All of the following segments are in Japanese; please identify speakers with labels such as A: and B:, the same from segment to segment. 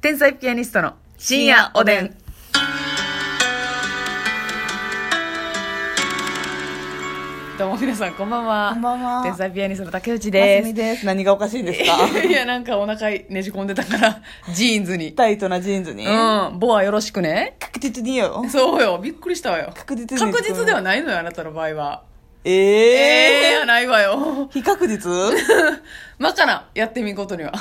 A: 天才ピアニストの深夜おでん。どうも皆さん、こんばんは。
B: こんばんは
A: 天才ピアニストの竹内
B: ます
A: で
B: み
A: す。
B: です。何がおかしいんですか
A: いや、なんかお腹ねじ込んでたから、ジーンズに。
B: タイトなジーンズに。
A: うん、ボアよろしくね。
B: 確実によ。
A: そうよ、びっくりしたわよ。
B: 確実に。
A: 確実ではないのよ、あなたの場合は。
B: え
A: ええー、
B: え
A: やないわよ。
B: 非 確実
A: まかな、やってみることには。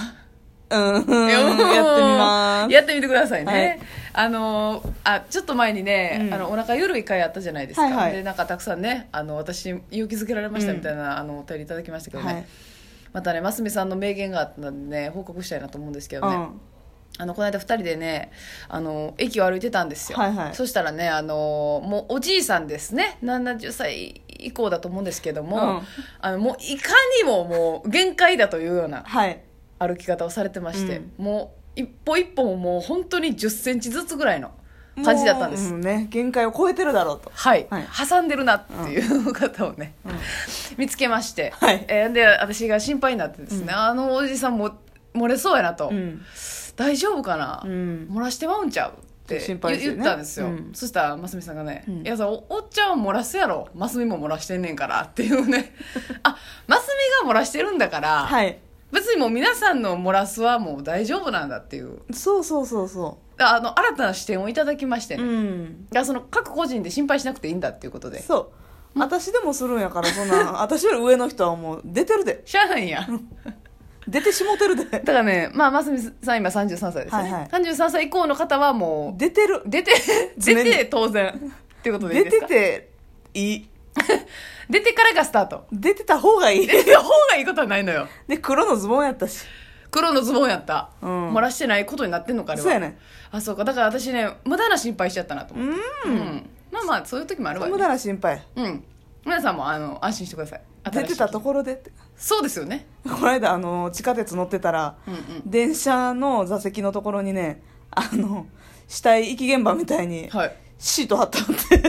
B: うん。やってみまー す。
A: やってみてくださいね。
B: はい
A: あのーあちょっと前にね、
B: うん
A: あのお腹ゆるい回あったじゃないですか。
B: はいはい
A: でなんかたくさんね、あの私勇気づけられましたみたいな、あのお便りいただきましたけどね。
B: はい
A: またね、ますみさんの名言があったんでね、報告したいなと思うんですけどね。あのこの間2人でねあの駅を歩いてたんですよ、
B: はいはい
A: そしたらねあのもうおじいさんですね70歳以降だと思うんですけども、
B: うん
A: あのもういかにももう限界だというような
B: はい。
A: 歩き方をされてまして、
B: うん
A: もう一歩一歩ももう本当に1 0ンチずつぐらいの感じだったんです、
B: もううね、限界を超えてるだろうと。
A: はい、
B: はい
A: 挟んでるなっていう方をね、見つけまして、
B: はい
A: えーで私が心配になってですね、あのおじさんも漏れそうやなと、
B: ん。
A: 大丈夫かな、
B: うん
A: 漏らしてまうんちゃうって
B: 心配です
A: 言
B: よね
A: 言ったんですよ、
B: うん
A: そしたら真澄さんがね「
B: うん
A: いやさおおっちゃんは漏らすやろ真澄も漏らしてんねんから」っていう ねあ真澄が漏らしてるんだから、
B: はい。
A: 別にもう皆さんの漏らすはもう大丈夫なんだっていう
B: そうそうそうそ
A: ああの新たな視点をいただきまして
B: う。
A: ね、
B: ん。
A: いやその各個人で心配しなくていいんだっていうことで
B: そう。私でもするんやから、そ んな。私より上の人はもう出てるで。
A: しゃあないんや
B: 出てしもてるで
A: だ。からねまあ真澄さん今33歳ですよね、
B: はいはい
A: 33歳以降の方はもう
B: 出てる。
A: 出て
B: 常
A: 出
B: に
A: て当然っていうことでいい
B: 出
A: です
B: て
A: か
B: て、いい。
A: 出てからがスタート
B: 出てた方がいい。
A: 出てた方がいいことはないのよ
B: で、黒のズボンやったし。
A: 黒のズボンやった、
B: うん
A: 漏らしてないことになってんのかあれは
B: そうやね。
A: あそうかだから私ね無駄な心配しちゃったなと思って
B: う。
A: うんんまあまあそういう時もあるわ
B: 無
A: よ、
B: 駄
A: ね、
B: な心配。
A: うん皆さんもあの安心してください
B: 出てた
A: 新しい
B: ところでって。
A: そうですよね
B: この間、あの、地下鉄乗ってたら、
A: うんうん
B: 電車の座席のところにね、あの、死体遺棄現場みたいに、
A: はい
B: シート貼ったって。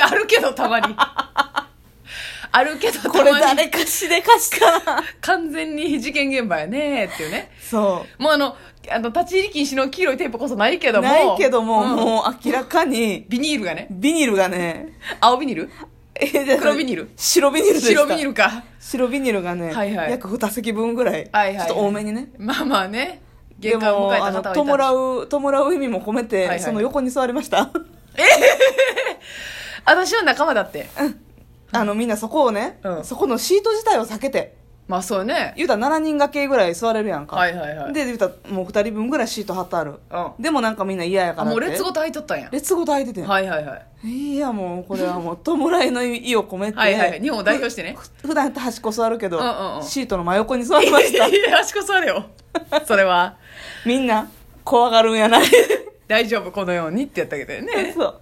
A: あるけどたまに あるけどた
B: これ
A: まに
B: 誰か死でかした な。
A: 完全に事件現場やねっていうね
B: そ
A: もうあのあの立ち入り禁止の黄色いテープこそないけ
B: う。
A: ども
B: ないけども、
A: うん
B: もう明らかに、
A: ビニールがね
B: ビニール がね、
A: 青ビニール
B: えじゃあ
A: 黒ビニール
B: 白ビニールでした
A: 白ビニールか
B: 白ビニールがね、
A: はいはい
B: 約2席分ぐらい,、
A: はいはい
B: ちょっと多めにね。
A: まあまあね
B: で
A: 玄関を
B: も
A: 迎えた方は
B: あの
A: いた
B: 弔
A: う
B: う弔う意味も込めて、
A: はいはい
B: その横に座りました
A: 私は仲間だって
B: あのみんなそこをね、
A: うん
B: そこのシート自体を避けて
A: まあそうね
B: 言うたら7人掛けぐらい座れるやんか、
A: はいはいはい
B: で言うたらもう2人分ぐらいシート貼ってある
A: うんあ
B: でもなんかみんな嫌やから
A: もう
B: って
A: 列ごと入っとったんや
B: 列ごと空いててん、
A: はいはいはい
B: い、やもうこれはもう弔いの意を込めて
A: はいはいはい日本を代表してね
B: ふ普段やったら端っこ座るけど、
A: うんうんうん
B: シートの真横に座りま した
A: いや足こそあれよそれは
B: みんな怖がるんや ない
A: 大丈夫このようにってやったけどね
B: そう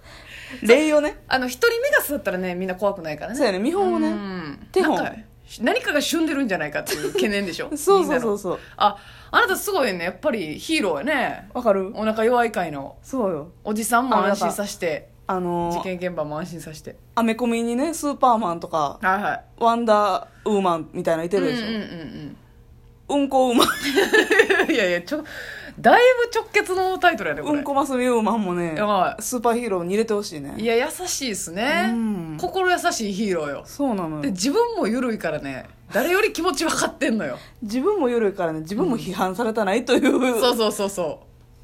B: 礼をね
A: あの一人目が座ったらねみんな怖くないからね
B: そうやね見本をね
A: うん
B: 手本
A: なんか何かが旬でるんじゃないかっていう懸念でしょ
B: そうそうそう
A: う
B: そう
A: ああなたすごいねやっぱりヒーローやね
B: わかる
A: お腹弱い会の
B: そうよ
A: おじさんも安心させて
B: あのー
A: 事件現場も安心させて
B: アメコミにねスーパーマンとか
A: はいはい
B: ワンダーウーマンみたいなのいてるでしょ、
A: う
B: うんん
A: うんうん
B: こウーマン
A: うんいやいやちょだいぶ直結のタイトルやねこ
B: う
A: れ、
B: んこマスミウーマンもね
A: やば
B: スーパーヒーローに入れてほしい
A: いい
B: ね
A: や優しいですね
B: うん
A: 心優しいヒーローよ
B: そうなの
A: で
B: よ
A: 自分も緩いからね誰より気持ち分かってんのよ
B: 自分も緩いからね自分も批判されたないという、
A: そうそうそうそ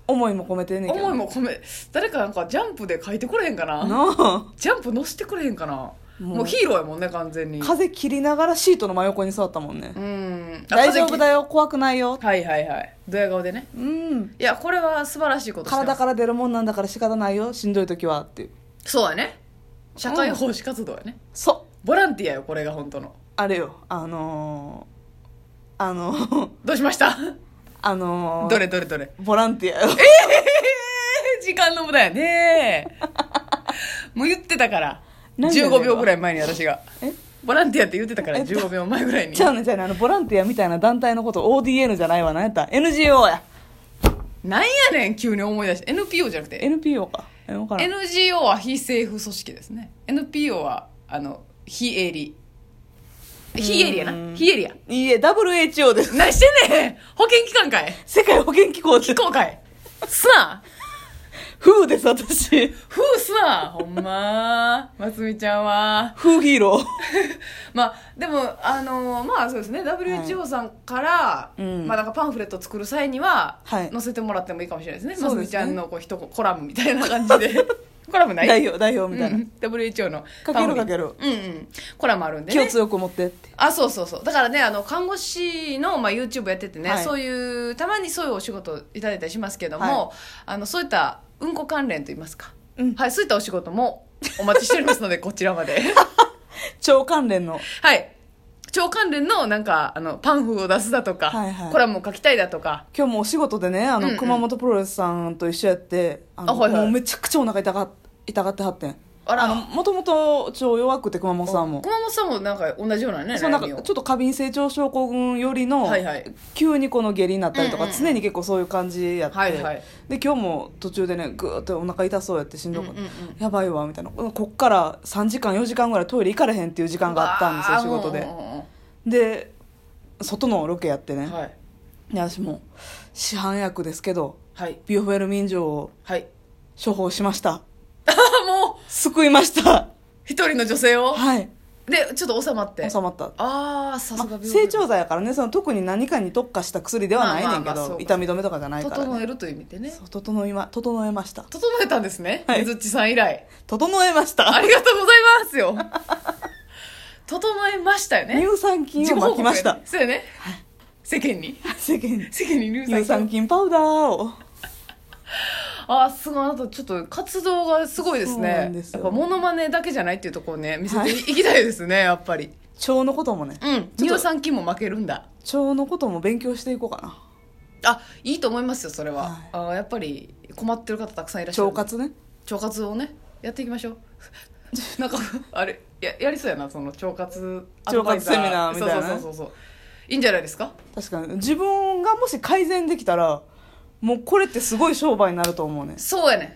B: 思いも込めてん
A: う
B: ねんけど
A: 思いも込め誰かなんかジャンプで書いてくれへんかな
B: なあ
A: ジャンプ載せてくれへんかな
B: う
A: もうヒーローやもんね完全に
B: 風切りながらシートの真横に座ったもんね
A: うんあ
B: 大丈夫だ
A: 風
B: よ怖くないよ
A: 邪気はいはいはいドヤ顔でね
B: うん
A: いやこれは素晴らしいことしてます
B: 体から出るもんなんだから仕方ないよしんどい時はっていう
A: そうやね社会奉仕活動やね、
B: そう
A: ボランティアよこれが本当の
B: あれよあのー、あのー、
A: どうしました
B: あのー、
A: どれどれどれ
B: ボランティアよ
A: えー時間の無駄やね もう言ってたから
B: なんでだよ
A: 15秒ぐらい前に私が
B: え
A: ボランティアって言ってたから
B: えっと
A: 15秒前ぐらいに
B: ちゃうねんちゃうねんあのボランティアみたいな団体のこと ODN じゃないわ何やった NGO や
A: なんやねん急に思い出して NPO じゃなくて
B: NPO かえわからん
A: NGO は非政府組織ですね NPO はあの非営利非営利やな非営利や
B: いいえ WHO です
A: 何してんねん保険機関かい
B: 世界保健機構で
A: 機構かいすな
B: 風です、私。
A: ふうすなほんまますみちゃんは
B: 風ヒーロー。
A: まあでもあのまあそうですね WHO さんから、
B: うん
A: まあ、なんかパンフレット作る際には、
B: はい
A: 載せてもらってもいいかもしれないですね
B: そう
A: ます
B: で
A: み
B: す
A: ち
B: ね
A: ゃんのこう一ココラムみたいな感じで コラムない
B: 代表、代表みたいな。
A: うん、WHO の
B: かける
A: パンフレ
B: かける
A: うんうんコラムあるんで
B: 気を
A: ね
B: 強く持ってって。
A: あそうそうそうだからねあの看護師の、まあ、YouTube やっててね、
B: はい
A: そういうたまにそういうお仕事いただいたりしますけども、
B: は
A: あのそういったうんこ関連といいますか、
B: うん
A: はい、そういったお仕事もお待ちしておりますのでこちらまで
B: 超関連の。
A: はい超関連のなんかあのパンフを出すだとか、
B: はいはい
A: コラムを書きたいだとか
B: 今日もお仕事でね、あの、
A: うんうん
B: 熊本プロレスさんと一緒やって、あの
A: あはいはい
B: もうめちゃくちゃお腹痛が痛がってはってん。
A: あら
B: の、もともと超弱くて熊本さんも。
A: 熊本さんもなんか同じようなね
B: そうなん
A: 悩み
B: か
A: を
B: ちょっと過敏性腸症候群よりの、
A: はいはい
B: 急にこの下痢になったりとか、
A: うんうんうん
B: 常に結構そういう感じやって、
A: はいはい
B: で今日も途中でねぐーっとお腹痛そうやってしんどくなって、
A: うんうん
B: やばいわみたいなここっから3時間4時間ぐらいトイレ行かれへんっていう時間があったんですよ仕事
A: う
B: で
A: わーうんうん
B: で外のロケやってね、
A: うんはい
B: で私も市販薬ですけど
A: はい
B: ビオフェルミン錠を
A: はい
B: 処方しました
A: ああもう
B: 救いました
A: 一人の女性を
B: はい
A: でちょっと収まって
B: 収まった
A: ああさす
B: ま
A: が病院
B: 成長剤やからねその特に何かに特化した薬ではないねん
A: ま
B: け
A: あまあまあそう
B: ど
A: か
B: 痛み止めとかじゃないから、ね、
A: 整えるという意味でね
B: そう整いま整えました
A: 整えたんですね、
B: はい
A: みずっちさん以来
B: 整えまし
A: あ
B: た
A: りがとうございますよ整えましたよね
B: 乳酸菌をまきまし
A: や
B: た
A: ねそうよね、世間に
B: 世間に
A: 世間に乳
B: 乳
A: 酸
B: 酸
A: 菌
B: 菌パウダーを
A: ああすごいあなたちょっと活動がすごいです
B: そうな
A: ね
B: んです
A: や
B: よ
A: っぱモノマネだけじゃないっていうところをね見せ
B: は
A: て
B: い
A: いきたいですねやっぱり
B: 腸のこともね
A: うん乳酸菌も負けるんだ
B: 腸のことも勉強していこうかな
A: あいいと思いますよそれは、
B: はい
A: あーやっぱり困ってる方たくさんいらっしゃる
B: 腸活ね
A: 腸活をねやっていきましょう なんかあれややりそうやなその腸活アドバイザ
B: 腸活セミナーみたいなね
A: そうそうそうそういいんじゃないですか
B: 確かに自分がもし改善できたらもうこれってすごい商売になると思うね
A: そうやねん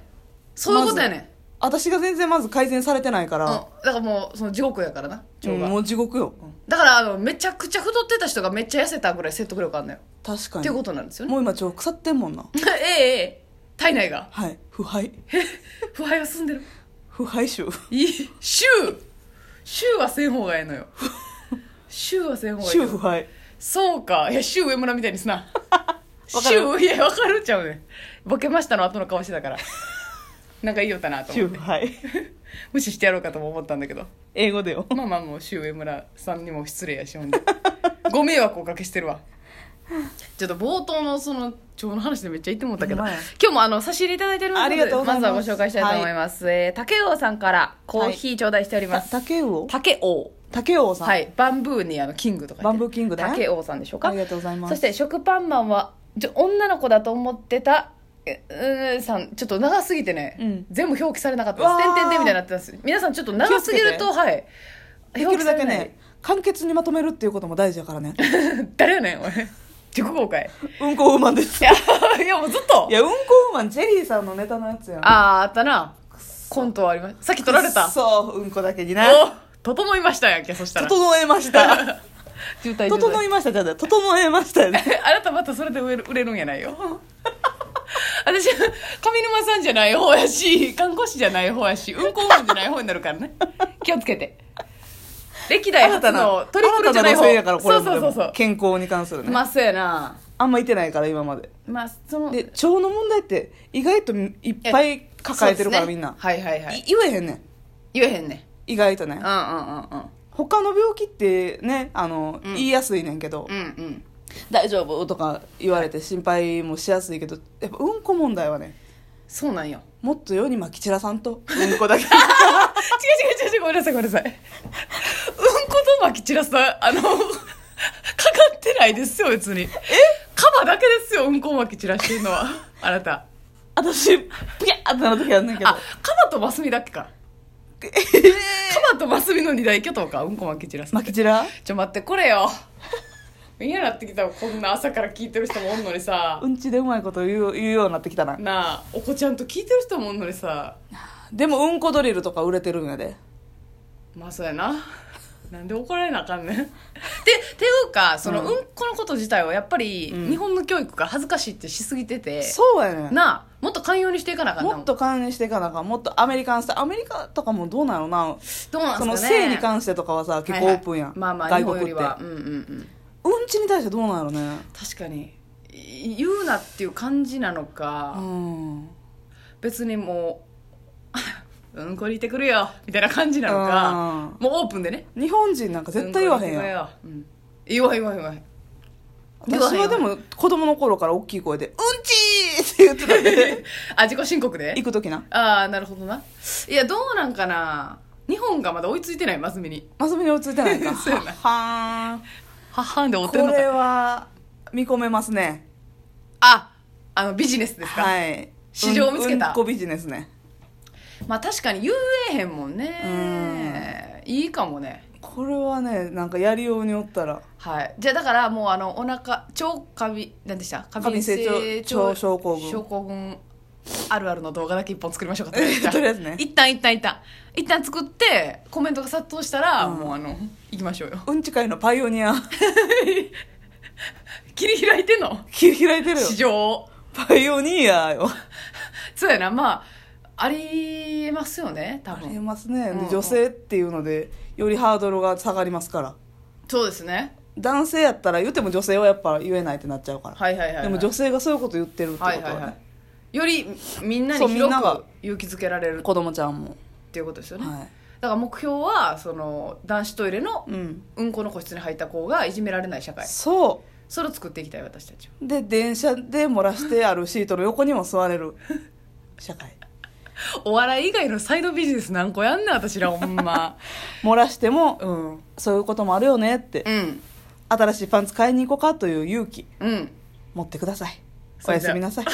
A: そういうことやねん、
B: 私が全然まず改善されてないか
A: うん、
B: ら
A: だ、からもうその地獄やからな腸
B: うん
A: が、
B: もう地獄よ、うん
A: だからあのめちゃくちゃ太ってた人がめっちゃ痩せたぐらい説得力あるのよ、
B: 確か
A: っ
B: に
A: ていうことなんですよね
B: もう今腸腐ってんもんな
A: え えええ体内 が
B: はい腐敗
A: 腐敗が進んでる
B: 腐敗臭
A: いい週週はせん方がええのよ週はせん方がええけ
B: 臭
A: ど
B: 腐敗
A: そうか。いや、シュウ上村みたいにす な。シ
B: かる
A: ュウ、いや、わかるっちゃうね。ボケましたの後の顔して たから。なんかいいよったなと思
B: 臭
A: って
B: 腐。敗
A: 無視してやろうかとも思ったんだけど。
B: 英語でよ
A: まあまあもう、シュウ上村さんにも失礼やし、ほんで。 ご迷惑をおかけしてるわ。ちょっと冒頭のその、腸の話でめっちゃ言ってもったけど、
B: ほんま
A: 今
B: や
A: 日もあの、差し入れいただいてるので
B: ありがとうございます
A: まずはご紹介したいと思います。えー、竹王さんからコーヒー頂戴しております。
B: 竹王
A: 竹王。
B: 竹王さん、
A: はい、バンブーにあのキングとか言って
B: バンブーキングね
A: 竹王さんでしょうか
B: ありがとうございます
A: そして食パンマンはじょ女の子だと思ってたえうーんさんちょっと長すぎてね、
B: うん
A: 全部表記されなかった
B: うわ
A: です
B: ー
A: 点々点みたいになってたんです皆さんちょっと長すぎる
B: 気を
A: とはい
B: できるだけね簡潔にまとめるっていうことも大事やからね
A: 表記されない 誰やねん俺自己公開
B: うんこウーマンです
A: いやいやもうずっと
B: いやうんこウーマンジェリーさんのネタのやつやん
A: あああったなコントはありましたさっき取られた
B: そううんこだけにな
A: お整いましたやんけそしたら
B: 整えました
A: 渋滞渋滞
B: 整いましたじゃあ整えましたよ ね
A: あなたまたそれで売れる売れるんやないよ 私上沼さんじゃない方やし看護師じゃない方やしうんこマンじゃない方になるから ね気をつけて歴代初のトリプルじゃない
B: 新た路
A: 方
B: 線やからこれ
A: そう
B: も
A: そうそうそ
B: でも
A: う
B: 健康に関するね、
A: まあそうやな
B: あんまいてないから今まで
A: まあその
B: で腸の問題って意外といっぱい抱えてるから
A: そうですね
B: みんな、
A: はいはいはい
B: い言えへんねん
A: 言えへんね
B: 意外とね
A: うんうんうん
B: 他の病気ってねあの、
A: うん
B: 言いやすいねんけど、
A: うんうんうん
B: 大丈夫とか言われて心配もしやすいけどやっぱうんこ問題はね
A: そうなんよ
B: もっと世にまき散らさんとうんこだけ
A: 違う違う違う違うごめんなさいごめんなさいうんことまき散らさあのかかってないですよ別にえカバだけですようんこまき散らしてるのはあなた
B: 私ピャーってなる時あんねんけど
A: あカバとマスミだっけかカバとマスミの二大巨頭かうんこまき散らす
B: まき散ら
A: ちょ待ってこれよ嫌になってきたわこんな朝から聞いてる人もおんのにさ
B: うんちでうまいこと言う言うようになってきたな
A: なあお子ちゃんと聞いてる人もおんのにさ
B: でもうんこドリルとか売れてるんやで
A: まあそうやな なんで怒られなあかん ねん。て、ていうか、その、
B: う
A: うんんこのこと自体はやっぱり、
B: うん
A: 日本の教育が恥ずかしいってしすぎてて、
B: そうやねん
A: なあ、もっと寛容にしていかなあかんな
B: もっと関連していかなあかんもっとアメリカンスタイルアメリカとかもどうなのな
A: どうなん
B: そ
A: すか
B: の
A: ね。
B: 性に関してとかはさ結構オ
A: はいはい
B: ープンやん、
A: まあまあ、
B: 外
A: 日本よ
B: 国
A: り
B: って
A: は。うんうんうん。
B: うんちに対してどうなのね
A: 確かに。い言うなっていう感じなのか、
B: うん
A: 別にもう、 うんこにいてくるよ、みたいな感じなのか、もうオープンでね。
B: 日本人なんか絶対言わへんやん
A: うん。言わへん言わへん言わへん。言わへ
B: 私
A: ん
B: はでも子供の頃から大きい声で「うんち!」って言ってたで
A: あ、自己申告で
B: 行く 時な
A: ああなるほどないやどうなんかな日本がまだ追いついてないマスミに
B: マス目に映ってないか
A: そうやな
B: はーん
A: はっはんで追っ
B: こ
A: てんの
B: れ
A: か
B: は見込めますね
A: ああのビジネスですか、
B: はい
A: 市場を見つけた
B: うんうんこビジネスね
A: まあ確かに言えへんもんねいいかもね
B: これはねなんかやりようによったら
A: はいじゃあだからもうあのお腹腸過敏何でした過敏性
B: 過敏性腸腸症候群
A: 症候群あるあるの動画だけ一本作りましょうかとり
B: とりあえずね
A: 一旦一旦一旦一旦作ってコメントが殺到したら、
B: うん
A: もうあの行きましょうよ
B: うんち界のパイオニア
A: 切り開いてんの
B: 切り開いてるよ
A: 市場を
B: パイオニアよ
A: そうやなまあありえますよね多
B: あり
A: 分
B: ますね、で
A: うんうん
B: 女性っていうのでよりハードルが下がりますから
A: そうですね
B: 男性やったら言っても女性はやっぱ言えないってなっちゃうから、
A: はいはいはい、はい、
B: でも女性がそういうこと言ってるってことは
A: は
B: ね、
A: いはいはいよりみんな
B: そ
A: に
B: うみん
A: 広
B: なが
A: く勇気づけられるっ
B: 子供ちゃんも、
A: ていうことですよね、
B: は
A: だから目標はその男子トイレの
B: い、うん
A: うんこの個室に入った子がいじめられない社会
B: そ
A: それを作っていきたい私たちは
B: うで電車で漏らしてあるシートの横にも座 れる社会
A: お笑い以外のサイドビジネス何個やんねん私らほん ま
B: 漏らしても
A: うん
B: そういうこともあるよねって、
A: うん
B: 新しいパンツ買いに行こうかという勇気
A: うん
B: 持ってくださいお
A: それ
B: や
A: じゃあ
B: すみなさい